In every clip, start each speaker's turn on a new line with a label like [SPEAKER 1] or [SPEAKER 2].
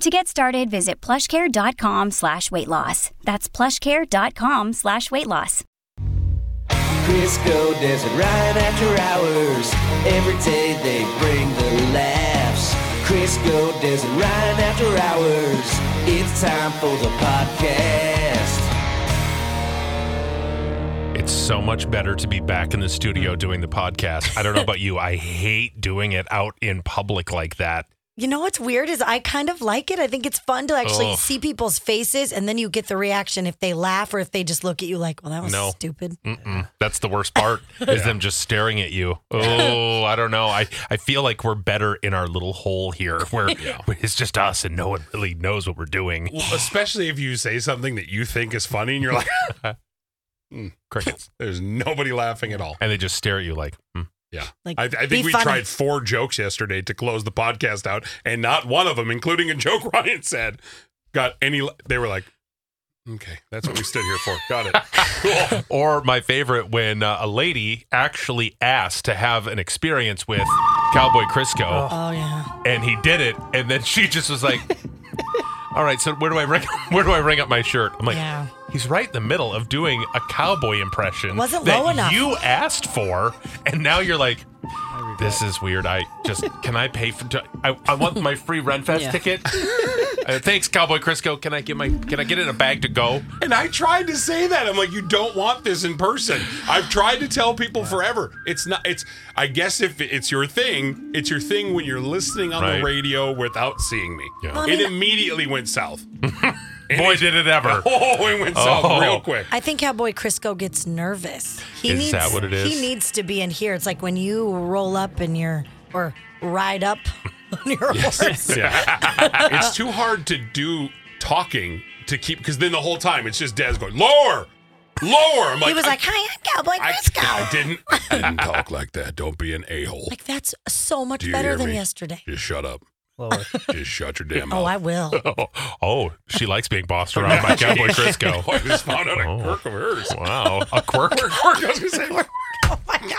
[SPEAKER 1] To get started, visit plushcare.com slash weight loss. That's plushcare.com slash weight loss.
[SPEAKER 2] Crisco does it right after hours. Every day they bring the laughs. Crisco does it right after hours. It's time for the podcast.
[SPEAKER 3] It's so much better to be back in the studio doing the podcast. I don't know about you. I hate doing it out in public like that.
[SPEAKER 4] You know what's weird is I kind of like it. I think it's fun to actually
[SPEAKER 3] Ugh.
[SPEAKER 4] see people's faces and then you get the reaction if they laugh or if they just look at you like, well, that was
[SPEAKER 3] No.
[SPEAKER 4] stupid.
[SPEAKER 5] Mm.
[SPEAKER 3] Mm-mm. That's the worst part is them just staring at you. Oh, I don't know. I, I feel like we're better in our little hole here where it's just us and no one really knows what we're doing.
[SPEAKER 5] Well, especially if you say something that you think is funny and you're like,
[SPEAKER 3] Crickets.
[SPEAKER 5] there's nobody laughing at all.
[SPEAKER 3] And they just stare at you like, hmm.
[SPEAKER 5] Yeah.
[SPEAKER 4] Like,
[SPEAKER 5] I, I think
[SPEAKER 4] be
[SPEAKER 5] we
[SPEAKER 4] funny.
[SPEAKER 5] tried four jokes yesterday to close the podcast out, and not one of them, including a joke Ryan said, got any. They were like, okay, that's what we stood here for. Got it. Cool.
[SPEAKER 3] Or my favorite, when uh, a lady actually asked to have an experience with Cowboy Crisco,
[SPEAKER 4] Oh, yeah.
[SPEAKER 3] and he did it, and then she just was like, "All right, so where do I ring? Where do I ring up my shirt?" I'm like,
[SPEAKER 4] Yeah.
[SPEAKER 3] "He's right in the middle of doing a cowboy impression
[SPEAKER 4] Wasn't
[SPEAKER 3] that
[SPEAKER 4] low enough.
[SPEAKER 3] you asked for, and now you're like." This is weird. I just can I pay for? I, I want my free Renfest
[SPEAKER 4] Yeah.
[SPEAKER 3] ticket. Uh, thanks, Cowboy Crisco. Can I get my? Can I get it in a bag to go?
[SPEAKER 5] And I tried to say that. I'm like, you don't want this in person. I've tried to tell people forever. It's not, it's, I guess if it's your thing, it's your thing when you're listening on
[SPEAKER 3] Right.
[SPEAKER 5] the radio without seeing me.
[SPEAKER 3] Yeah.
[SPEAKER 4] Well, I
[SPEAKER 5] it
[SPEAKER 4] mean-
[SPEAKER 5] immediately went south.
[SPEAKER 3] Boy, did it ever!
[SPEAKER 5] Oh, it went south
[SPEAKER 3] Oh.
[SPEAKER 5] real quick.
[SPEAKER 4] I think Cowboy Crisco gets nervous. He
[SPEAKER 3] Is
[SPEAKER 4] needs,
[SPEAKER 3] that what it is?
[SPEAKER 4] He needs to be in here. It's like when you roll up and you're, or ride up on your horse.
[SPEAKER 5] Yeah. it's too hard to do talking to keep because then the whole time it's just Dez going lower, lower. I'm like,
[SPEAKER 4] he was
[SPEAKER 5] I-
[SPEAKER 4] like, hi, I'm Cowboy
[SPEAKER 5] I,
[SPEAKER 4] Crisco.
[SPEAKER 5] I didn't, I didn't talk like that. Don't be an a hole.
[SPEAKER 4] Like, that's so much
[SPEAKER 5] Do you
[SPEAKER 4] better
[SPEAKER 5] hear
[SPEAKER 4] than
[SPEAKER 5] me?
[SPEAKER 4] yesterday.
[SPEAKER 5] Just shut up. Just shut your damn
[SPEAKER 4] Oh,
[SPEAKER 5] mouth.
[SPEAKER 4] I will.
[SPEAKER 3] Oh, oh, she likes being bossed around by Cowboy Crisco.
[SPEAKER 5] I just found out a
[SPEAKER 3] Oh.
[SPEAKER 5] quirk of hers.
[SPEAKER 3] Wow, a quirk.
[SPEAKER 5] Quirk, quirk. I was gonna say. oh Dang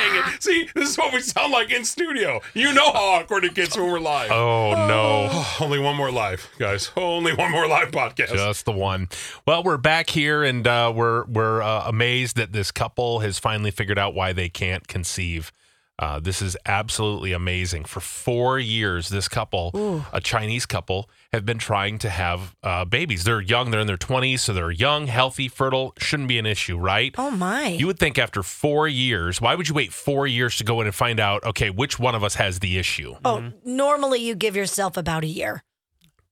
[SPEAKER 5] it. See, this is what we sound like in studio. You know how awkward it gets when we're live.
[SPEAKER 3] Oh no.
[SPEAKER 5] Only one more live, guys. Only one more live podcast.
[SPEAKER 3] Just the one. Well, we're back here, and uh, we're we're uh, amazed that this couple has finally figured out why they can't conceive. Uh, this is absolutely amazing. For four years, this couple, a Chinese couple, have been trying to have uh, babies. They're young; they're in their twenties, so they're young, healthy, fertile. Shouldn't be an issue, right?
[SPEAKER 4] Oh, my.
[SPEAKER 3] You would think after four years, why would you wait four years to go in and find out? Okay, which one of us has the issue?
[SPEAKER 4] Oh, normally you give yourself about a year.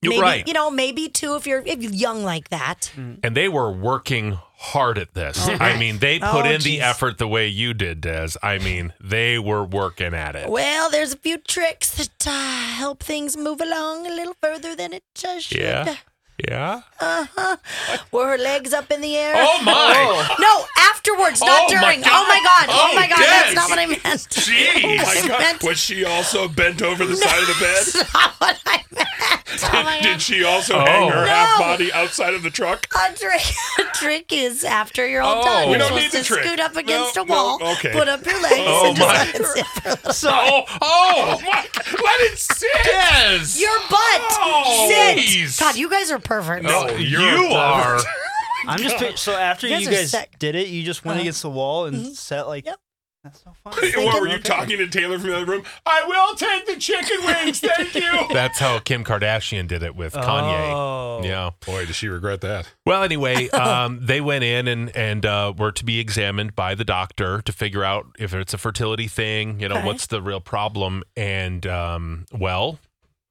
[SPEAKER 3] You're
[SPEAKER 4] maybe,
[SPEAKER 3] right.
[SPEAKER 4] You know, maybe two if you're if you're young like that.
[SPEAKER 5] Mm.
[SPEAKER 3] and they were working hard at this. I mean, they put
[SPEAKER 4] Oh,
[SPEAKER 3] in the
[SPEAKER 4] geez.
[SPEAKER 3] effort the way you did, Des. I mean, they were working at it.
[SPEAKER 4] Well, there's a few tricks that uh, help things move along a little further than it uh, should.
[SPEAKER 3] Yeah. Yeah.
[SPEAKER 4] Were her legs up in the air?
[SPEAKER 3] Oh my.
[SPEAKER 4] No, afterwards, not
[SPEAKER 3] Oh, my
[SPEAKER 4] during.
[SPEAKER 3] God.
[SPEAKER 4] Oh my god! Oh,
[SPEAKER 5] Oh,
[SPEAKER 4] my god!
[SPEAKER 5] yes.
[SPEAKER 4] That's not what I meant.
[SPEAKER 3] Jeez.
[SPEAKER 5] Oh my
[SPEAKER 4] That's-
[SPEAKER 5] God. Was she also bent over the side of the bed?
[SPEAKER 4] That's not what I meant. Oh my
[SPEAKER 5] Did
[SPEAKER 4] god!
[SPEAKER 5] she also hang her
[SPEAKER 3] No.
[SPEAKER 5] half body outside of the truck?
[SPEAKER 4] A trick, a trick is after you're all
[SPEAKER 3] Oh.
[SPEAKER 4] done,
[SPEAKER 3] We
[SPEAKER 4] you're
[SPEAKER 3] don't
[SPEAKER 4] supposed
[SPEAKER 5] need the
[SPEAKER 4] to
[SPEAKER 5] trick.
[SPEAKER 4] scoot up
[SPEAKER 5] No,
[SPEAKER 4] against a
[SPEAKER 5] no,
[SPEAKER 4] wall,
[SPEAKER 5] okay.
[SPEAKER 4] put up your legs,
[SPEAKER 3] Oh,
[SPEAKER 4] and just
[SPEAKER 3] my.
[SPEAKER 4] let it sit for a little
[SPEAKER 3] So, oh, my,
[SPEAKER 5] Let it sit.
[SPEAKER 3] Des.
[SPEAKER 4] Your butt.
[SPEAKER 5] Oh,
[SPEAKER 3] jeez.
[SPEAKER 4] Sit. God, you guys are perfect.
[SPEAKER 3] no,
[SPEAKER 5] Oh,
[SPEAKER 3] you
[SPEAKER 5] you're a
[SPEAKER 3] are.
[SPEAKER 6] I'm just pic- so after
[SPEAKER 4] You
[SPEAKER 6] you
[SPEAKER 4] guys
[SPEAKER 6] guys,
[SPEAKER 4] are sick. Uh-huh. Mm-hmm.
[SPEAKER 6] did it, you just went against the wall and sat like.
[SPEAKER 4] Yep.
[SPEAKER 6] That's so fun.
[SPEAKER 5] What were you talking to Taylor from the other room? I will take the chicken wings, thank you.
[SPEAKER 3] That's how Kim Kardashian did it with
[SPEAKER 6] Oh.
[SPEAKER 3] Kanye. Yeah.
[SPEAKER 5] Boy, does she regret that?
[SPEAKER 3] Well, anyway, um, they went in and and uh, were to be examined by the doctor to figure out if it's a fertility thing. You know,
[SPEAKER 4] Okay.
[SPEAKER 3] what's the real problem? And um, well,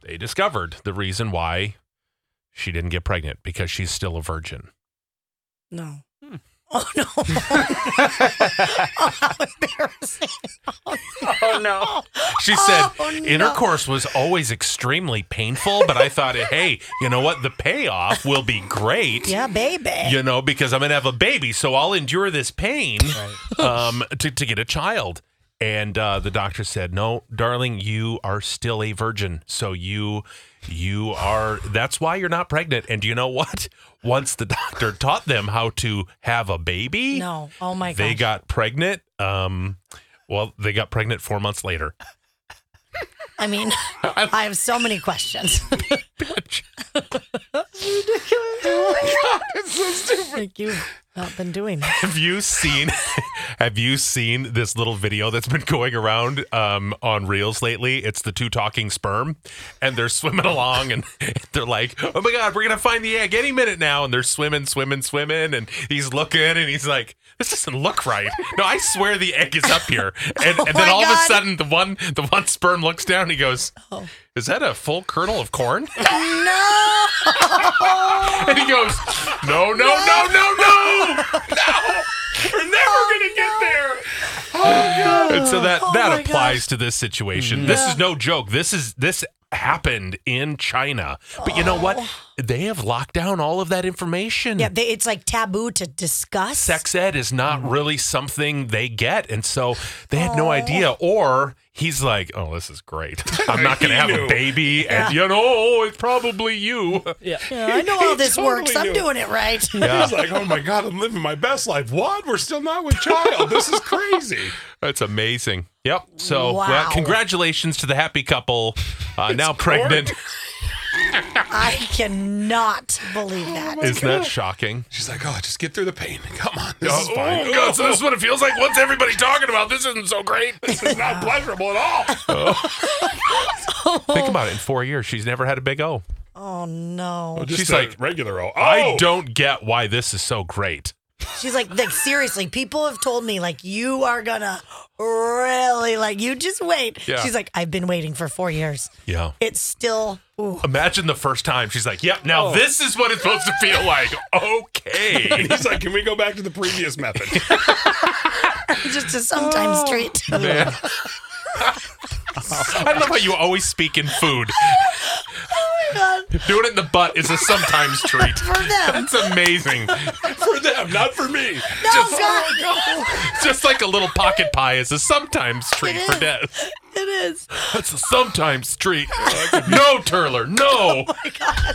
[SPEAKER 3] they discovered the reason why she didn't get pregnant because she's still a virgin.
[SPEAKER 4] No. Oh no! oh, how embarrassing!
[SPEAKER 6] Oh no.
[SPEAKER 3] She said
[SPEAKER 4] Oh, no.
[SPEAKER 3] intercourse was always extremely painful, but I thought, hey, you know what? The payoff will be great.
[SPEAKER 4] Yeah, baby.
[SPEAKER 3] You know, because I'm gonna have a baby, so I'll endure this pain um, to to get a child. And uh, the doctor said, "No, darling, you are still a virgin. So you, you are. That's why you're not pregnant. And you know what? Once the doctor taught them how to have a baby,
[SPEAKER 4] No. Oh my god.
[SPEAKER 3] they got pregnant. Um, well, they got pregnant four months later.
[SPEAKER 4] I mean, I have so many questions.
[SPEAKER 3] Oh
[SPEAKER 4] Like you've not been doing it.
[SPEAKER 3] Have you seen have you seen this little video that's been going around um, on Reels lately? It's the two talking sperm and they're swimming along and they're like, "Oh my god, we're going to find the egg any minute now." And they're swimming, swimming, swimming and he's looking and he's like, "This doesn't look right." No, I swear the egg is up here. And, and then
[SPEAKER 4] Oh my
[SPEAKER 3] all of a
[SPEAKER 4] God. Oh.
[SPEAKER 3] sudden the one the one sperm looks down and he goes, "Is that a full kernel of corn?"
[SPEAKER 4] No.
[SPEAKER 3] And he goes, "No, no, no, no, no."
[SPEAKER 5] We're never
[SPEAKER 3] Oh,
[SPEAKER 5] gonna get there.
[SPEAKER 3] and so that
[SPEAKER 4] Oh
[SPEAKER 3] that
[SPEAKER 4] my
[SPEAKER 3] applies to this situation.
[SPEAKER 5] Mm-hmm.
[SPEAKER 3] This is no joke. This is this happened in China. But you know what?
[SPEAKER 4] Oh.
[SPEAKER 3] They have locked down all of that information.
[SPEAKER 4] Yeah, they, it's like taboo to discuss.
[SPEAKER 3] Sex ed is
[SPEAKER 5] Mm-hmm.
[SPEAKER 3] not really something they get, and so they had
[SPEAKER 4] Oh.
[SPEAKER 3] no idea. Or he's like, "Oh, this is great. I'm not going to
[SPEAKER 5] He
[SPEAKER 3] have a
[SPEAKER 5] knew.
[SPEAKER 3] baby, and you know, oh, it's probably you."
[SPEAKER 6] Yeah.
[SPEAKER 4] Yeah, I know how this
[SPEAKER 5] Totally
[SPEAKER 4] works. I'm
[SPEAKER 5] knew.
[SPEAKER 4] doing it right.
[SPEAKER 5] I was like, oh my god, I'm living my best life. What? We're still not with child. This is crazy.
[SPEAKER 3] That's amazing. Yep. So, well,
[SPEAKER 4] Wow.
[SPEAKER 3] congratulations to the happy couple, uh, now pregnant.
[SPEAKER 4] I cannot believe that.
[SPEAKER 3] Isn't that shocking?
[SPEAKER 5] She's like, oh, just get through the pain. Come on, this is
[SPEAKER 3] Oh,
[SPEAKER 5] fine.
[SPEAKER 3] oh, God, so this is what it feels like. What's everybody talking about? This isn't so great.
[SPEAKER 5] This is not pleasurable at all.
[SPEAKER 3] Think about it. In four years, she's never had a big O.
[SPEAKER 4] Oh no.
[SPEAKER 5] Just
[SPEAKER 3] She's
[SPEAKER 5] a
[SPEAKER 3] like,
[SPEAKER 5] regular O.
[SPEAKER 3] I
[SPEAKER 5] Oh!
[SPEAKER 3] don't get why this is so great.
[SPEAKER 4] She's like, like seriously, people have told me like you are gonna really like you just wait.
[SPEAKER 3] Yeah.
[SPEAKER 4] She's like, I've been waiting for four years.
[SPEAKER 3] Yeah.
[SPEAKER 4] It's still ooh.
[SPEAKER 3] Imagine the first time she's like, yep, now this is what it's supposed to feel like. Okay.
[SPEAKER 5] He's like, can we go back to the previous method?
[SPEAKER 4] just a sometime street.
[SPEAKER 3] I love how you always speak in food.
[SPEAKER 4] God,
[SPEAKER 3] Doing it in the butt is a sometimes treat.
[SPEAKER 4] for them.
[SPEAKER 3] That's amazing.
[SPEAKER 5] for them, not for me.
[SPEAKER 4] Oh God,
[SPEAKER 3] Just like a little pocket pie is a sometimes treat for death.
[SPEAKER 4] it is.
[SPEAKER 3] That's a sometimes treat. No, Turler, no.
[SPEAKER 4] Oh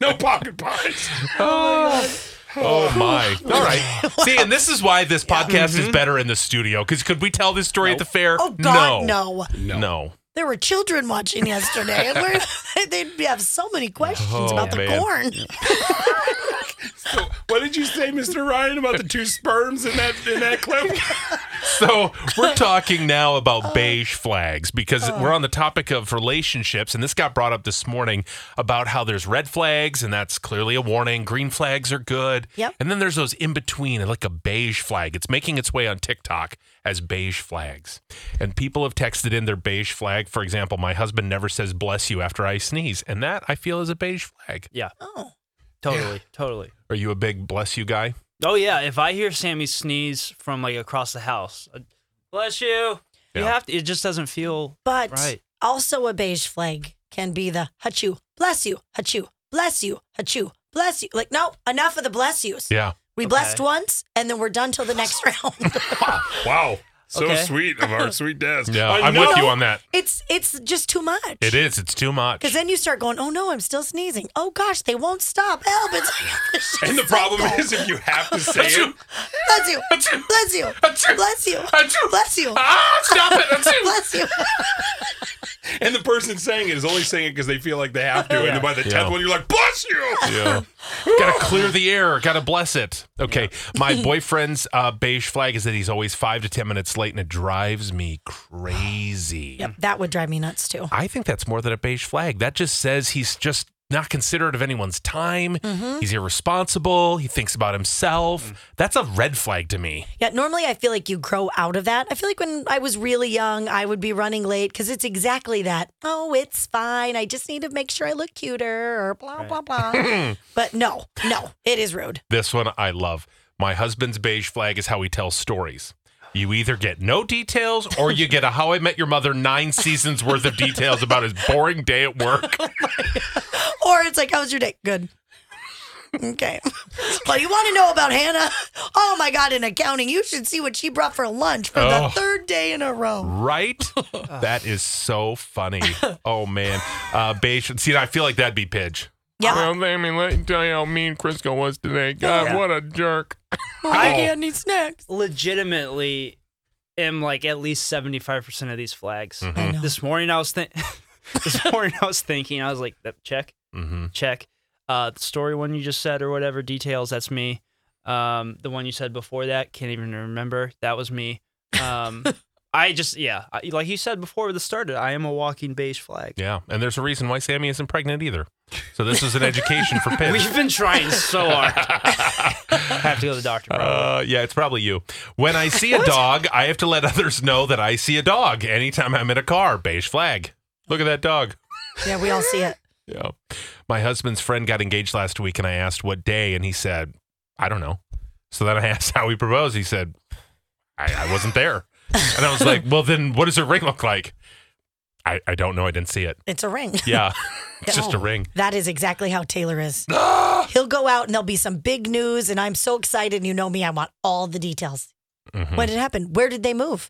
[SPEAKER 5] No pocket pies.
[SPEAKER 3] Oh my! All right. See, and this is why this podcast is better in the studio. Because could we tell this story at the fair?
[SPEAKER 4] Mm-hmm. Oh God, no.
[SPEAKER 3] no, no.
[SPEAKER 4] There were children watching yesterday, and we're, they'd have so many questions
[SPEAKER 3] Oh,
[SPEAKER 4] about the
[SPEAKER 3] man.
[SPEAKER 4] corn.
[SPEAKER 5] What did you say, Mr. Ryan, about the two sperms in that in that clip?
[SPEAKER 3] So we're talking now about beige flags because
[SPEAKER 4] Oh.
[SPEAKER 3] we're on the topic of relationships, and this got brought up this morning about how there's red flags, and that's clearly a warning. Green flags are good.
[SPEAKER 4] Yep.
[SPEAKER 3] And then there's those in between, like a beige flag. It's making its way on TikTok as beige flags, and people have texted in their beige flag. For example, my husband never says "bless you" after I sneeze, and that I feel is a beige flag.
[SPEAKER 6] Yeah.
[SPEAKER 4] Oh,
[SPEAKER 6] Totally. Totally.
[SPEAKER 3] Are you a big bless you guy?
[SPEAKER 6] Oh yeah. If I hear Sammy sneeze from like across the house, uh, bless you. You
[SPEAKER 3] Yeah.
[SPEAKER 6] have to. It just doesn't feel
[SPEAKER 4] but
[SPEAKER 6] right.
[SPEAKER 4] also a beige flag can be the hachu, bless you, hachu, bless you, hachu, bless you. Like, no, enough of the bless yous.
[SPEAKER 3] Yeah.
[SPEAKER 4] We blessed once, and then we're done till the next round.
[SPEAKER 5] Wow. So
[SPEAKER 6] Okay.
[SPEAKER 5] sweet of our sweet desk.
[SPEAKER 3] Yeah.
[SPEAKER 5] I
[SPEAKER 3] I'm
[SPEAKER 5] know.
[SPEAKER 3] with you on that.
[SPEAKER 4] it's it's just too much.
[SPEAKER 3] It is. It's too much.
[SPEAKER 4] Because then you start going, oh no, I'm still sneezing. Oh gosh, they won't stop. Help! It's it's
[SPEAKER 5] And the
[SPEAKER 4] just
[SPEAKER 5] problem
[SPEAKER 4] like that.
[SPEAKER 5] is if you have to say it,
[SPEAKER 4] bless you, bless you,
[SPEAKER 3] Achoo.
[SPEAKER 4] bless you,
[SPEAKER 3] Achoo.
[SPEAKER 4] bless you,
[SPEAKER 3] ah, stop it. I'm too-
[SPEAKER 4] bless you.
[SPEAKER 5] and the person saying it is only saying it because they feel like they have to, and then by the tenth
[SPEAKER 3] Yeah.
[SPEAKER 5] one, you're like, "Bless you."
[SPEAKER 3] Yeah. gotta clear the air. Gotta bless it. Okay. My boyfriend's uh, beige flag is that he's always five to 10 minutes late and it drives me crazy.
[SPEAKER 4] Yep, that would drive me nuts too.
[SPEAKER 3] I think that's more than a beige flag. That just says he's just not considerate of anyone's time. He's irresponsible. He thinks about himself. That's a red flag to me.
[SPEAKER 4] Yeah, normally I feel like you grow out of that. I feel like when I was really young, I would be running late because it's exactly that. Oh, it's fine. I just need to make sure I look cuter or blah, blah, blah. but no, no, it is rude.
[SPEAKER 3] This one I love. My husband's beige flag is how he tells stories. You either get no details or you get a How I Met Your Mother nine seasons worth of details about his boring day at work.
[SPEAKER 4] Or it's like, how was your day? Good. Okay. Well, you want to know about Hannah? Oh my God, in accounting, you should see what she brought for lunch for
[SPEAKER 3] Oh.
[SPEAKER 4] the third day in a row.
[SPEAKER 3] Right? that is so funny. Oh, man. Uh, Beige, see, I feel like that'd be Pidge.
[SPEAKER 4] Yeah.
[SPEAKER 3] Well, let me, let me tell you how mean Crisco was today. God,
[SPEAKER 6] Yeah.
[SPEAKER 3] what a jerk.
[SPEAKER 4] I can't eat snacks.
[SPEAKER 6] legitimately am like at least 75% of these flags.
[SPEAKER 3] Mm-hmm.
[SPEAKER 4] I know.
[SPEAKER 6] This morning I was think this morning I was thinking I was like that check
[SPEAKER 3] Mm-hmm.
[SPEAKER 6] check uh the story one you just said or whatever details that's me. Um the one you said before that can't even remember that was me. Um I just yeah, I, like you said before this started, I am a walking beige flag.
[SPEAKER 3] Yeah. And there's a reason why Sammy isn't pregnant either. So this is an education for Pidge.
[SPEAKER 6] We've been trying so hard. have to go to the doctor. Probably.
[SPEAKER 3] Uh, yeah, it's probably you. When I see a dog, I have to let others know that I see a dog anytime I'm in a car. Beige flag. Look at that dog.
[SPEAKER 4] Yeah, we all see it.
[SPEAKER 3] Yeah. My husband's friend got engaged last week, and I asked what day, and he said, I don't know. So then I asked how he proposed. He said, I, I wasn't there. And I was like, well, then what does her ring look like? I, I don't know. I didn't see it.
[SPEAKER 4] It's a ring. Oh,
[SPEAKER 3] Yeah. It's just a ring.
[SPEAKER 4] That is exactly how Taylor is. He'll go out and there'll be some big news, and I'm so excited. And you know me, I want all the details.
[SPEAKER 3] Mhm.
[SPEAKER 4] When it happened? Where did they move?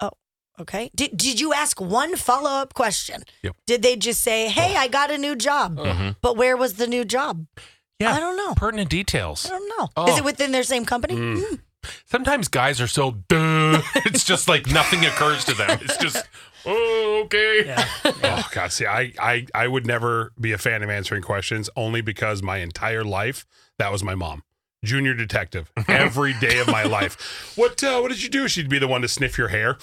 [SPEAKER 4] Oh, okay. Did, did you ask one follow up question?
[SPEAKER 3] Yep.
[SPEAKER 4] Did they just say, hey, I got a new job?
[SPEAKER 3] Mhm.
[SPEAKER 4] But where was the new job?
[SPEAKER 3] Yeah.
[SPEAKER 4] I don't know.
[SPEAKER 3] Pertinent
[SPEAKER 4] I
[SPEAKER 3] details.
[SPEAKER 4] don't know.
[SPEAKER 3] Oh.
[SPEAKER 4] Is it within their same company? Mm.
[SPEAKER 3] Sometimes guys are so duh. It's just like nothing occurs to them. It's just oh okay.
[SPEAKER 6] Yeah.
[SPEAKER 5] Oh God, see, I, I I would never be a fan of answering questions only because my entire life that was my mom. Junior detective, every day of my life. What uh, what did you do? She'd be the one to sniff your hair.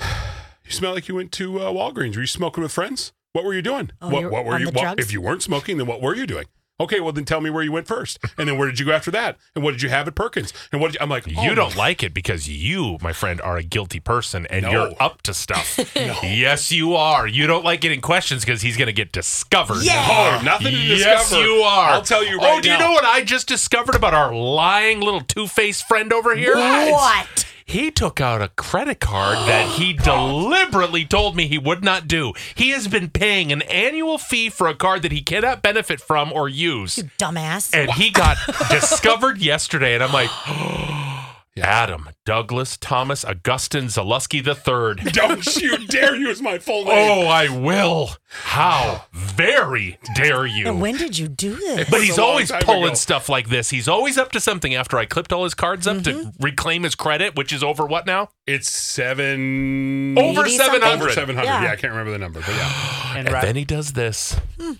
[SPEAKER 5] You smell like you went to uh, Walgreens. Were you smoking with friends? What were you doing?
[SPEAKER 4] Oh,
[SPEAKER 5] what
[SPEAKER 4] you're
[SPEAKER 5] what were
[SPEAKER 4] on
[SPEAKER 5] you?
[SPEAKER 4] the
[SPEAKER 5] what-
[SPEAKER 4] drugs?
[SPEAKER 5] if you weren't smoking, then what were you doing? Okay, well then tell me where you went first, and then where did you go after that, and what did you have at Perkins, and what did you, I'm like, oh,
[SPEAKER 3] You don't like it because you, my friend, are a guilty person and
[SPEAKER 5] No.
[SPEAKER 3] you're up to stuff. Yes, you are. You don't like getting questions because he's going to get discovered.
[SPEAKER 5] Yeah. Oh, nothing to
[SPEAKER 3] yes,
[SPEAKER 5] discover.
[SPEAKER 3] you are.
[SPEAKER 5] I'll tell you
[SPEAKER 3] Oh,
[SPEAKER 5] right
[SPEAKER 3] do you
[SPEAKER 5] now.
[SPEAKER 3] know what I just discovered about our lying little two-faced friend over here?
[SPEAKER 4] What?
[SPEAKER 3] He took out a credit card that he deliberately told me he would not do. He has been paying an annual fee for a card that he cannot benefit from or use.
[SPEAKER 4] You dumbass.
[SPEAKER 3] And he got discovered yesterday. And I'm like, Adam, Douglas, Thomas, Augustine, Zalusky III.
[SPEAKER 5] Don't you dare use my full name.
[SPEAKER 3] Oh, I will. How very dare
[SPEAKER 4] And
[SPEAKER 3] you.
[SPEAKER 4] when did you do this?
[SPEAKER 3] But he's
[SPEAKER 5] a long
[SPEAKER 3] always
[SPEAKER 5] time
[SPEAKER 3] pulling
[SPEAKER 5] ago.
[SPEAKER 3] stuff like this. He's always up to something after I clipped all his cards up to reclaim his credit, which is over what now?
[SPEAKER 5] It's seven
[SPEAKER 3] Over
[SPEAKER 4] 80
[SPEAKER 3] seven
[SPEAKER 4] something.
[SPEAKER 5] over
[SPEAKER 3] hundred.
[SPEAKER 5] seven hundred.
[SPEAKER 4] Yeah.
[SPEAKER 5] Yeah. I can't remember the number, but yeah.
[SPEAKER 6] And
[SPEAKER 3] Oh, And
[SPEAKER 6] right.
[SPEAKER 3] then he does this.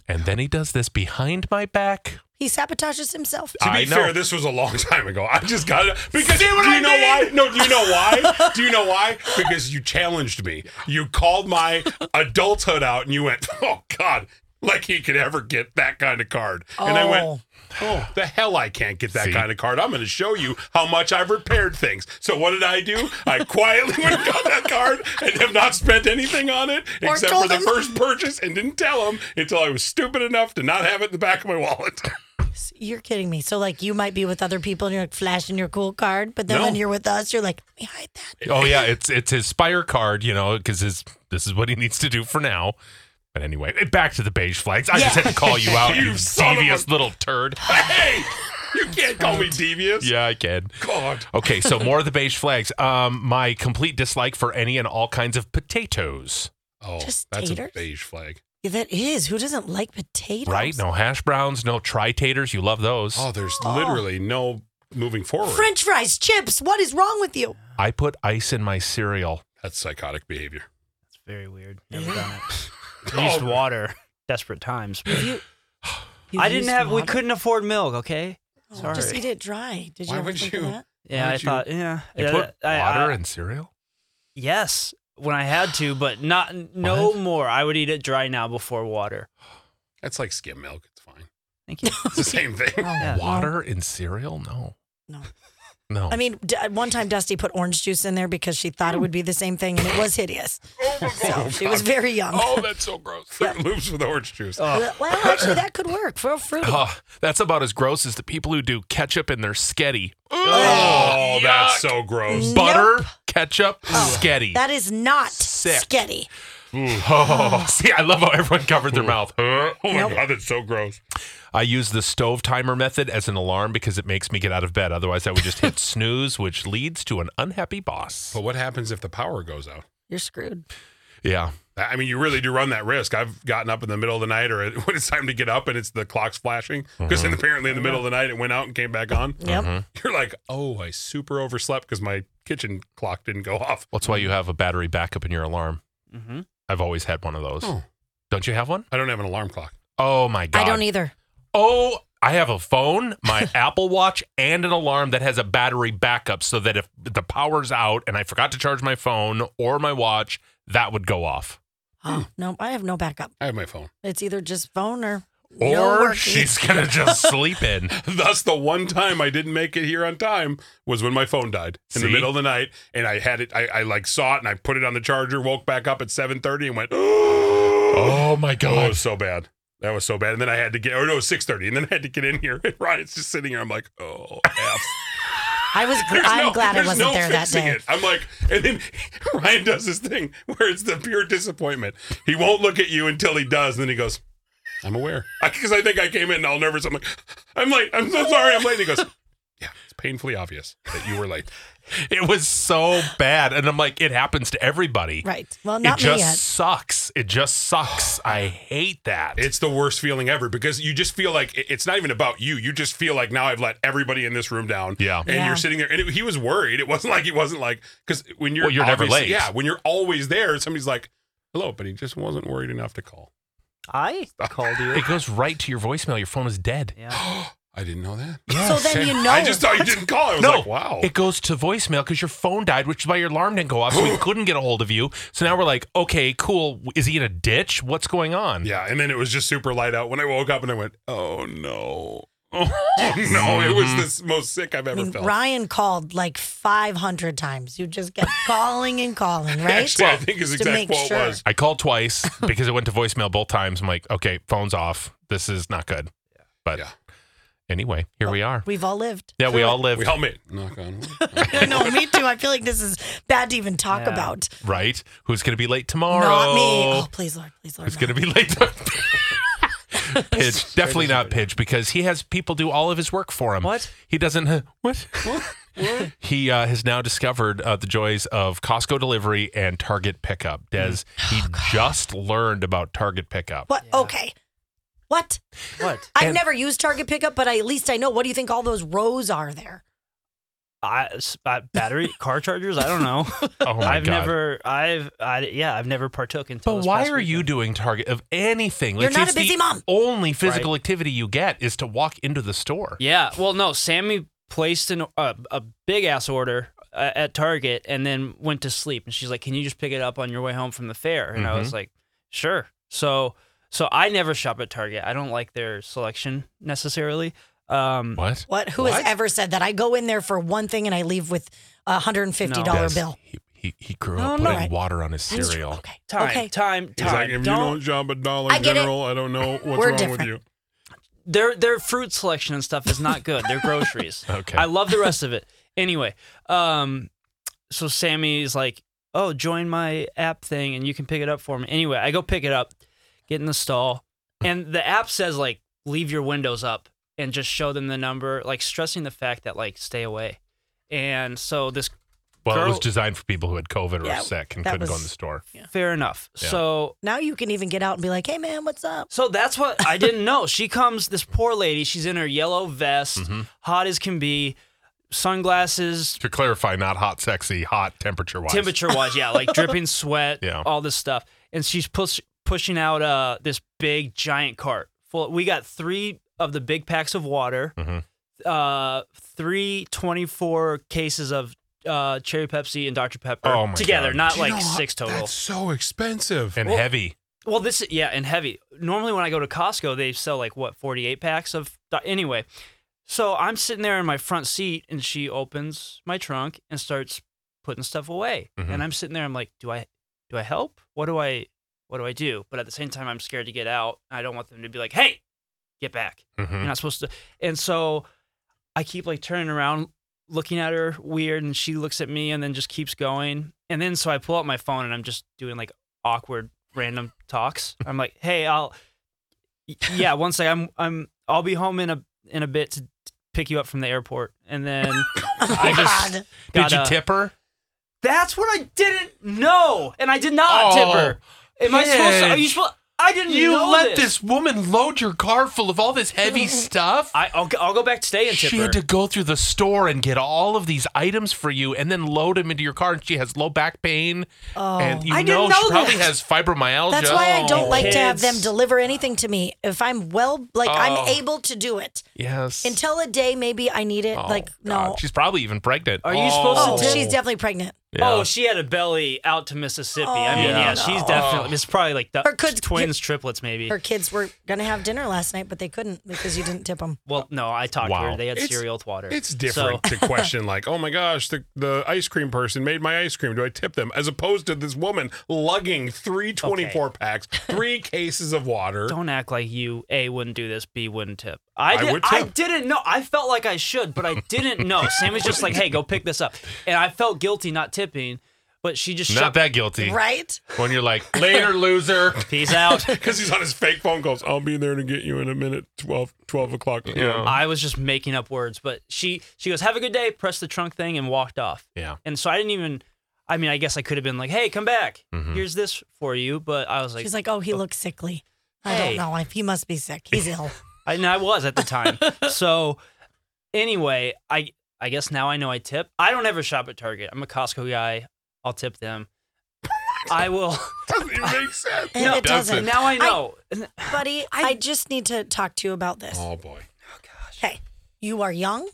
[SPEAKER 3] And then he does this behind my back.
[SPEAKER 4] He sabotages himself.
[SPEAKER 5] To
[SPEAKER 3] I
[SPEAKER 5] be
[SPEAKER 3] know.
[SPEAKER 5] fair, this was a long time ago. I just got it because
[SPEAKER 3] See what
[SPEAKER 5] do you
[SPEAKER 3] I
[SPEAKER 5] know
[SPEAKER 3] mean?
[SPEAKER 5] why? No, do you know why? do you know why? Because you challenged me. You called my adulthood out, and you went, "Oh God." Like he could ever get that kind of card. And I went, Oh, the hell I can't get that
[SPEAKER 3] See?
[SPEAKER 5] kind of card. I'm going to show you how much I've repaired things. So, what did I do? I quietly went and got that card and have not spent anything on it
[SPEAKER 4] Or
[SPEAKER 5] except
[SPEAKER 4] told
[SPEAKER 5] for the
[SPEAKER 4] him.
[SPEAKER 5] first purchase and didn't tell him until I was stupid enough to not have it in the back of my wallet.
[SPEAKER 4] You're kidding me. So like you might be with other people and you're like flashing your cool card, but then
[SPEAKER 5] No.
[SPEAKER 4] when you're with us, you're like, let me hide that.
[SPEAKER 3] Oh yeah, it's it's his spire card, you know, because his this is what he needs to do for now. But anyway, eh, back to the beige flags. I just
[SPEAKER 4] Yeah.
[SPEAKER 3] had to call you out, you,
[SPEAKER 5] You son of a-
[SPEAKER 3] devious little turd.
[SPEAKER 5] hey, you can't call me devious.
[SPEAKER 3] Yeah, I can.
[SPEAKER 5] God.
[SPEAKER 3] Okay, so more of the beige flags. Um, my complete dislike for any and all kinds of potatoes.
[SPEAKER 5] Oh,
[SPEAKER 4] Just
[SPEAKER 5] that's
[SPEAKER 4] taters?
[SPEAKER 5] a beige flag.
[SPEAKER 4] Yeah, that is. Who doesn't like potatoes?
[SPEAKER 3] Right? No hash browns, no tri taters. You love those.
[SPEAKER 5] Oh, there's literally no moving forward.
[SPEAKER 4] French fries, chips. What is wrong with you?
[SPEAKER 3] I put ice in my cereal.
[SPEAKER 5] That's psychotic behavior.
[SPEAKER 6] It's very weird. Never done it.
[SPEAKER 5] Oh.
[SPEAKER 6] Used water. Desperate times.
[SPEAKER 4] You, you
[SPEAKER 6] I didn't
[SPEAKER 4] used
[SPEAKER 6] have. We
[SPEAKER 4] water?
[SPEAKER 6] couldn't afford milk. Okay.
[SPEAKER 4] Oh,
[SPEAKER 6] Sorry.
[SPEAKER 4] Just eat it dry. Did
[SPEAKER 5] Why
[SPEAKER 4] you ever
[SPEAKER 5] would
[SPEAKER 4] think
[SPEAKER 5] you?
[SPEAKER 4] of that?
[SPEAKER 6] yeah, I
[SPEAKER 5] Aren't you-
[SPEAKER 6] thought. Yeah.
[SPEAKER 3] You
[SPEAKER 6] yeah,
[SPEAKER 3] put
[SPEAKER 6] I- uh, I-
[SPEAKER 3] water in cereal?
[SPEAKER 6] Yes, when I had to, but not no more. I would eat it dry now before water.
[SPEAKER 5] That's like skim milk. It's fine.
[SPEAKER 6] Thank you.
[SPEAKER 5] It's the same thing.
[SPEAKER 4] Oh,
[SPEAKER 6] Yeah.
[SPEAKER 4] no.
[SPEAKER 3] Water in cereal? No.
[SPEAKER 4] No.
[SPEAKER 3] No.
[SPEAKER 4] I mean, d- at one time Dusty put orange juice in there because she thought it would be the same thing, and it was hideous. so she was very young.
[SPEAKER 5] Oh, that's so gross. Third loops with orange juice.
[SPEAKER 4] Oh, Well, actually, that could work for a fruity.
[SPEAKER 3] Ugh, Ah, that's about as gross as the people who do ketchup in their sketty.
[SPEAKER 5] Oh, that's so gross.
[SPEAKER 3] Butter, ketchup,
[SPEAKER 4] Oh,
[SPEAKER 3] sketty.
[SPEAKER 4] That is not
[SPEAKER 3] Sick.
[SPEAKER 4] sketty.
[SPEAKER 3] Oh, see, I love how everyone covered their mouth.
[SPEAKER 5] Huh? Oh my god, that's so gross.
[SPEAKER 3] I use the stove timer method as an alarm because it makes me get out of bed. Otherwise, I would just hit snooze, which leads to an unhappy boss.
[SPEAKER 5] But what happens if the power goes out?
[SPEAKER 4] You're screwed.
[SPEAKER 3] Yeah.
[SPEAKER 5] I mean, you really do run that risk. I've gotten up in the middle of the night, or when it's time to get up, and it's the clock's flashing because apparently in the middle of the night it went out and came back on.
[SPEAKER 4] Yep.
[SPEAKER 5] You're like, oh, I super overslept because my kitchen clock didn't go off.
[SPEAKER 3] That's why you have a battery backup in your alarm.
[SPEAKER 6] Mm-hmm.
[SPEAKER 3] I've always had one of those.
[SPEAKER 5] Oh.
[SPEAKER 3] Don't you have one?
[SPEAKER 5] I don't have an alarm clock.
[SPEAKER 3] Oh, my God.
[SPEAKER 4] I don't either.
[SPEAKER 3] Oh, I have a phone, my Apple Watch, and an alarm that has a battery backup so that if the power's out and I forgot to charge my phone or my watch, that would go off.
[SPEAKER 4] Oh, no, I have no backup.
[SPEAKER 5] I have my phone.
[SPEAKER 4] It's either just phone or
[SPEAKER 3] Or
[SPEAKER 4] no working.
[SPEAKER 3] she's going to just sleep in.
[SPEAKER 5] Thus, the one time I didn't make it here on time was when my phone died in the
[SPEAKER 3] See?
[SPEAKER 5] middle of the night, and I had it. I, I like saw it, and I put it on the charger. Woke back up at seven thirty and went, oh,
[SPEAKER 3] Oh, my
[SPEAKER 5] oh, it
[SPEAKER 3] God.
[SPEAKER 5] was so bad. That was so bad. And then I had to get, or no, six thirty, and then I had to get in here. And Ryan's just sitting here. I'm like, oh, f.
[SPEAKER 4] I was.
[SPEAKER 5] There's
[SPEAKER 4] I'm
[SPEAKER 5] no-
[SPEAKER 4] glad I
[SPEAKER 5] there's
[SPEAKER 4] wasn't
[SPEAKER 5] no
[SPEAKER 4] there that
[SPEAKER 5] fixing
[SPEAKER 4] day.
[SPEAKER 5] it. I'm like, and then Ryan does this thing where it's the pure disappointment. He won't look at you until he does, and then he goes, "I'm aware," because I, think I came in all nervous. I'm like, "I'm late. I'm so sorry. I'm late." And he goes, "Yeah, it's painfully obvious that you were late."
[SPEAKER 3] It was so bad. And I'm like, it happens to everybody.
[SPEAKER 4] Right. Well, not
[SPEAKER 3] it
[SPEAKER 4] me
[SPEAKER 3] just
[SPEAKER 4] yet.
[SPEAKER 3] sucks. It just sucks. I hate that.
[SPEAKER 5] It's the worst feeling ever because you just feel like it- it's not even about you. You just feel like now I've let everybody in this room down.
[SPEAKER 3] Yeah.
[SPEAKER 5] and
[SPEAKER 4] Yeah.
[SPEAKER 5] you're sitting there, and it, he was worried. It wasn't like he wasn't like because when you're
[SPEAKER 3] Well, you're never
[SPEAKER 5] obviously-
[SPEAKER 3] late.
[SPEAKER 5] Yeah, when you're always there, somebody's like, "Hello," but he just wasn't worried enough to call.
[SPEAKER 6] I called you.
[SPEAKER 3] it goes right to your voicemail. Your phone is dead.
[SPEAKER 6] Yeah.
[SPEAKER 5] I didn't know that.
[SPEAKER 4] So then you know.
[SPEAKER 5] I just thought you didn't call. I was
[SPEAKER 3] No,
[SPEAKER 5] like, wow.
[SPEAKER 3] It goes to voicemail because your phone died, which is why your alarm didn't go off, so we couldn't get a hold of you. So now we're like, okay, cool. Is he in a ditch? What's going on?
[SPEAKER 5] yeah, and then it was just super light out when I woke up and I went, oh no. Oh no,
[SPEAKER 3] Mm-hmm.
[SPEAKER 5] it was this most sick I've
[SPEAKER 4] I
[SPEAKER 5] ever
[SPEAKER 4] mean,
[SPEAKER 5] felt.
[SPEAKER 4] Ryan called like 500 times. You just kept calling and calling, right?
[SPEAKER 5] Actually, I think his
[SPEAKER 4] To
[SPEAKER 5] exact
[SPEAKER 4] make
[SPEAKER 5] quote
[SPEAKER 4] sure.
[SPEAKER 5] was,
[SPEAKER 3] I called twice because it went to voicemail both times. I'm like, okay, phone's off. This is not good. But
[SPEAKER 5] Yeah.
[SPEAKER 3] anyway, here we are.
[SPEAKER 4] We've all lived.
[SPEAKER 3] Yeah, we
[SPEAKER 4] through
[SPEAKER 3] all
[SPEAKER 4] it.
[SPEAKER 3] live,
[SPEAKER 5] we help me. Knock on wood.
[SPEAKER 4] no, me too. I feel like this is bad to even talk
[SPEAKER 6] Yeah.
[SPEAKER 4] about.
[SPEAKER 3] right? Who's going to be late tomorrow?
[SPEAKER 4] Not me.
[SPEAKER 5] uh,
[SPEAKER 4] Oh, please, Lord, please, Lord.
[SPEAKER 3] Who's going to
[SPEAKER 4] no.
[SPEAKER 3] be late tomorrow? Pidge. Definitely not Pidge because he has people do all of his work for him.
[SPEAKER 6] What?
[SPEAKER 3] He doesn't. huh, What? He uh, has now discovered uh, the joys of Costco delivery and Target
[SPEAKER 4] Hmm.
[SPEAKER 3] pickup. Des, he just learned about Target pickup.
[SPEAKER 4] Oh, What? Okay. What?
[SPEAKER 6] What?
[SPEAKER 4] I've never used Target pickup, but I, at least I know. What do you think all those rows are there?
[SPEAKER 6] I, s- uh, battery car chargers? I don't know.
[SPEAKER 3] Oh my
[SPEAKER 6] I've
[SPEAKER 3] god!
[SPEAKER 6] never. I've. I, yeah. I've never partook in.
[SPEAKER 3] but why are you doing Target of anything?
[SPEAKER 4] You're not
[SPEAKER 3] it's
[SPEAKER 4] a busy
[SPEAKER 3] the
[SPEAKER 4] mom.
[SPEAKER 3] Only physical activity you get is to walk into the store.
[SPEAKER 6] Yeah. Well, no. Sammy placed an, a a big ass order uh, at Target and then went to sleep. And she's like, "Can you just pick it up on your way home from the fair?" And
[SPEAKER 5] Mm-hmm.
[SPEAKER 6] I was like, "Sure." So so I never shop at Target. I don't like their selection necessarily. Um,
[SPEAKER 3] What?
[SPEAKER 4] What? Who has ever said that? I go in there for one thing and I leave with a $150
[SPEAKER 3] Des,
[SPEAKER 4] bill.
[SPEAKER 3] He, he, he grew
[SPEAKER 6] No,
[SPEAKER 3] up
[SPEAKER 6] no.
[SPEAKER 3] putting water on his
[SPEAKER 4] That is true.
[SPEAKER 3] cereal.
[SPEAKER 4] Okay.
[SPEAKER 6] Time,
[SPEAKER 4] Okay.
[SPEAKER 6] time,
[SPEAKER 5] He's like,
[SPEAKER 6] time.
[SPEAKER 5] if you
[SPEAKER 6] Don't-
[SPEAKER 5] don't shop at Dollar
[SPEAKER 4] I get it.
[SPEAKER 5] General, I don't know what's
[SPEAKER 4] We're
[SPEAKER 5] wrong with
[SPEAKER 4] different.
[SPEAKER 5] you.
[SPEAKER 6] their their fruit selection and stuff is not good. They're groceries.
[SPEAKER 3] Okay.
[SPEAKER 6] I love the rest of it. Anyway, um, so Sammy's like, "Oh, join my app thing, and you can pick it up for me." Anyway, I go pick it up, get in the stall, and the app says like, "Leave your windows up and just show them the number," like stressing the fact that like, stay away. And so this
[SPEAKER 3] Well, it was
[SPEAKER 6] Girl-
[SPEAKER 3] designed for people who had COVID or
[SPEAKER 4] Yeah,
[SPEAKER 3] were sick and
[SPEAKER 4] that
[SPEAKER 3] couldn't go
[SPEAKER 4] was-
[SPEAKER 3] in the store.
[SPEAKER 6] fair enough. So
[SPEAKER 4] Now you can even get out and be like, hey, man, what's up?
[SPEAKER 6] So that's what I didn't know. She comes, this poor lady, she's in her yellow vest, hot as can be, sunglasses,
[SPEAKER 3] To clarify, not hot, sexy, hot temperature wise.
[SPEAKER 6] temperature wise, yeah, like dripping sweat,
[SPEAKER 3] Yeah.
[SPEAKER 6] all this stuff. And she's push, pushing out uh, this big giant cart. Full, we got three of the big packs of water,
[SPEAKER 5] Mm-hmm.
[SPEAKER 6] uh, three 24 cases of uh, cherry Pepsi and Dr. Pepper
[SPEAKER 3] Oh my
[SPEAKER 6] together,
[SPEAKER 3] God.
[SPEAKER 6] not
[SPEAKER 5] Do you
[SPEAKER 6] like
[SPEAKER 5] know how-
[SPEAKER 6] six total.
[SPEAKER 5] That's so expensive.
[SPEAKER 3] and heavy.
[SPEAKER 6] Well, this yeah, and heavy. Normally, when I go to Costco, they sell like what forty eight packs of. Anyway, So I'm sitting there in my front seat, and she opens my trunk and starts putting stuff away.
[SPEAKER 3] Mhm.
[SPEAKER 6] And I'm sitting there. I'm like, do I do I help? What do I what do I do? But at the same time, I'm scared to get out. I don't want them to be like, hey, get back.
[SPEAKER 3] Mhm.
[SPEAKER 6] You're not supposed to. And so I keep like turning around, looking at her weird, and she looks at me and then just keeps going. And then so I pull out my phone and I'm just doing like awkward random talks. I'm like, hey, I'll y- yeah, one sec. I'm I'm I'll be home in a in a bit to pick you up from the airport. And then I just
[SPEAKER 4] God.
[SPEAKER 3] Did
[SPEAKER 6] got
[SPEAKER 3] you
[SPEAKER 6] a-
[SPEAKER 3] tip her?
[SPEAKER 6] That's what I didn't know. And I did not
[SPEAKER 3] Oh,
[SPEAKER 6] tip her. Am I supposed to are you
[SPEAKER 3] yes.
[SPEAKER 6] supposed I didn't
[SPEAKER 3] You
[SPEAKER 6] know
[SPEAKER 3] let this. woman load your car full of all this heavy stuff.
[SPEAKER 6] I, I'll, I'll go back today and tip
[SPEAKER 3] she
[SPEAKER 6] her.
[SPEAKER 3] had to go through the store and get all of these items for you and then load them into your car. And she has low back pain.
[SPEAKER 4] Oh.
[SPEAKER 3] and you
[SPEAKER 4] I
[SPEAKER 3] know,
[SPEAKER 4] didn't
[SPEAKER 3] she
[SPEAKER 4] know
[SPEAKER 3] probably
[SPEAKER 4] that.
[SPEAKER 3] has fibromyalgia.
[SPEAKER 4] That's why I
[SPEAKER 3] Oh.
[SPEAKER 4] don't like to have them
[SPEAKER 6] Kids.
[SPEAKER 4] deliver anything to me. If I'm well, like I'm
[SPEAKER 3] Oh.
[SPEAKER 4] able to do it
[SPEAKER 3] Yes.
[SPEAKER 4] until a day maybe I need it.
[SPEAKER 3] Oh,
[SPEAKER 4] like no,
[SPEAKER 3] God. She's probably even pregnant.
[SPEAKER 6] Are you supposed to
[SPEAKER 4] oh,
[SPEAKER 6] tip?
[SPEAKER 4] she's definitely pregnant.
[SPEAKER 3] Yeah.
[SPEAKER 6] Oh, she had a belly out to Mississippi. I mean,
[SPEAKER 3] Yeah.
[SPEAKER 6] yeah, she's definitely. It's probably like the
[SPEAKER 4] Her kids-
[SPEAKER 6] twins, triplets, maybe.
[SPEAKER 4] Her kids were gonna have dinner last night, but they couldn't because you didn't tip them.
[SPEAKER 6] well, no, I talked to
[SPEAKER 3] Wow.
[SPEAKER 6] her. They had
[SPEAKER 5] It's-
[SPEAKER 6] cereal with water.
[SPEAKER 5] It's
[SPEAKER 6] So-
[SPEAKER 5] different to question like, oh my gosh, the, the ice cream person made my ice cream. Do I tip them? As opposed to this woman lugging three 24 packs, three cases of water.
[SPEAKER 6] don't act like you a wouldn't do this, b wouldn't tip. I,
[SPEAKER 5] I
[SPEAKER 6] did,
[SPEAKER 5] would
[SPEAKER 6] I
[SPEAKER 5] tip.
[SPEAKER 6] didn't know. I felt like I should, but I didn't know. Sam was just like, "Hey, go pick this up," and I felt guilty not tipping. But she just
[SPEAKER 3] Not
[SPEAKER 6] shut
[SPEAKER 3] that guilty.
[SPEAKER 4] Right?
[SPEAKER 3] When you're like, later, loser.
[SPEAKER 6] peace out.
[SPEAKER 5] Because he's on his fake phone calls. I'll be there to get you in a minute, 12, 12 o'clock. You know.
[SPEAKER 6] I was just making up words, but she she goes, "Have a good day." Pressed the trunk thing and walked off.
[SPEAKER 3] Yeah.
[SPEAKER 6] And so I didn't even. I mean, I guess I could have been like, "Hey, come back.
[SPEAKER 3] Mm-hmm.
[SPEAKER 6] Here's this for you," but I was like,
[SPEAKER 4] She's like, oh, he looks sickly. I
[SPEAKER 6] Hey.
[SPEAKER 4] don't know. If He must be sick. He's ill.
[SPEAKER 6] I, and I was at the time. so anyway, I I guess now I know I tip. I don't ever shop at Target. I'm a Costco guy. I'll tip them. I will.
[SPEAKER 5] Doesn't even make sense.
[SPEAKER 4] And it doesn't.
[SPEAKER 5] doesn't.
[SPEAKER 6] Now I know. And-
[SPEAKER 4] Buddy, I, just need to talk to you about this.
[SPEAKER 5] Oh boy.
[SPEAKER 4] Hey, you are young.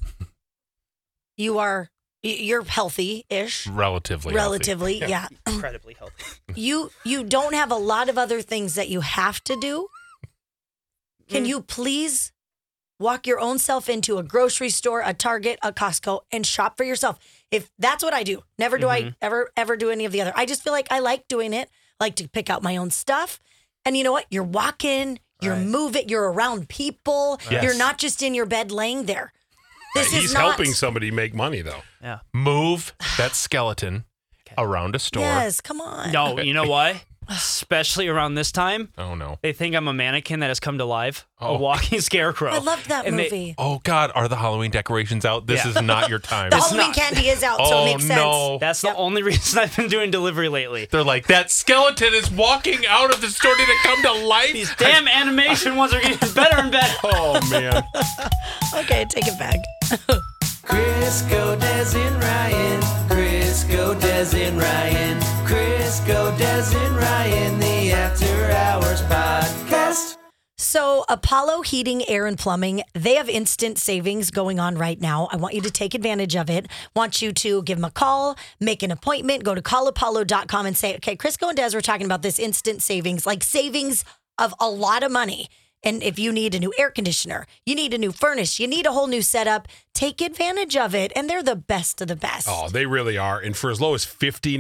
[SPEAKER 4] You are y- you're healthy-ish,
[SPEAKER 3] Relatively. healthy.
[SPEAKER 4] relatively. Yeah.
[SPEAKER 6] incredibly healthy.
[SPEAKER 4] You you don't have a lot of other things that you have to do.
[SPEAKER 6] Mm.
[SPEAKER 4] Can you please walk your own self into a grocery store, a Target, a Costco and shop for yourself? If that's what I do. Never do I
[SPEAKER 6] Mm-hmm.
[SPEAKER 4] ever ever do any of the other. I just feel like I like doing it. I like to pick out my own stuff. And you know what? You're walking, you're moving, you're around people.
[SPEAKER 3] Yes.
[SPEAKER 4] You're not just in your bed laying there. This is
[SPEAKER 5] He's
[SPEAKER 4] not
[SPEAKER 5] helping somebody make money though.
[SPEAKER 6] Yeah.
[SPEAKER 3] Move that skeleton around a store.
[SPEAKER 4] Yes, come on.
[SPEAKER 6] No, you know why? Especially around this time,
[SPEAKER 3] Oh, no.
[SPEAKER 6] they think I'm a mannequin that has come to life,
[SPEAKER 3] Oh.
[SPEAKER 6] a walking scarecrow.
[SPEAKER 4] I loved that
[SPEAKER 6] And they-
[SPEAKER 4] movie.
[SPEAKER 3] Oh, God. Are the Halloween decorations out? This
[SPEAKER 6] Yeah.
[SPEAKER 3] is not your time.
[SPEAKER 4] the
[SPEAKER 6] It's
[SPEAKER 4] Halloween
[SPEAKER 6] not-
[SPEAKER 4] candy is out, so
[SPEAKER 3] oh,
[SPEAKER 4] it makes sense.
[SPEAKER 3] no.
[SPEAKER 6] That's the only reason I've been doing delivery lately.
[SPEAKER 3] They're like, that skeleton is walking out of the store. Did it come to life?
[SPEAKER 6] These damn animation ones are getting better and better.
[SPEAKER 5] Oh man.
[SPEAKER 4] Okay, take it back.
[SPEAKER 2] Crisco Des and Ryan. Crisco Des and Ryan. Crisco Des and Ryan. The After Hours Podcast.
[SPEAKER 4] So, Apollo Heating, Air, and Plumbing, they have instant savings going on right now. I want you to take advantage of it. Want you to give them a call, make an appointment, go to callapollo.com and say, okay, Crisco and Des were talking about this instant savings, like savings of a lot of money. And if you need a new air conditioner, you need a new furnace, you need a whole new setup, take advantage of it. And they're the best of the best.
[SPEAKER 5] Oh, they really are. And for as low as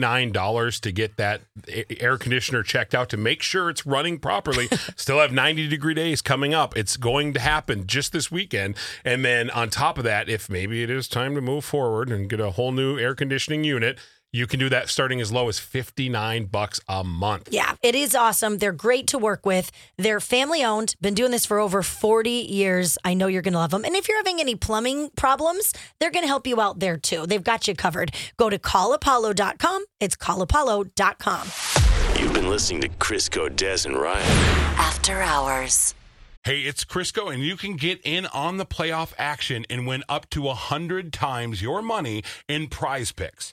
[SPEAKER 5] $59 to get that a- air conditioner checked out to make sure it's running properly, still have 90 degree days coming up. It's going to happen just this weekend. And then on top of that, if maybe it is time to move forward and get a whole new air conditioning unit, you can do that starting as low as 59 bucks a month.
[SPEAKER 4] Yeah, it is awesome. They're great to work with. They're family owned, been doing this for over 40 years. I know you're going to love them. And if you're having any plumbing problems, they're going to help you out there too. They've got you covered. Go to callapollo.com. It's callapollo.com.
[SPEAKER 7] You've been listening to Crisco, Des, and Ryan.
[SPEAKER 8] After Hours.
[SPEAKER 5] Hey, it's Crisco, and you can get in on the playoff action and win up to 100 times your money in prize picks.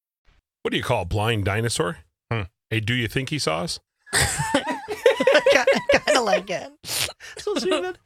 [SPEAKER 5] What do you call a blind dinosaur? Hmm. Hey, do you think he saw us?
[SPEAKER 4] kind of like it.
[SPEAKER 6] So stupid.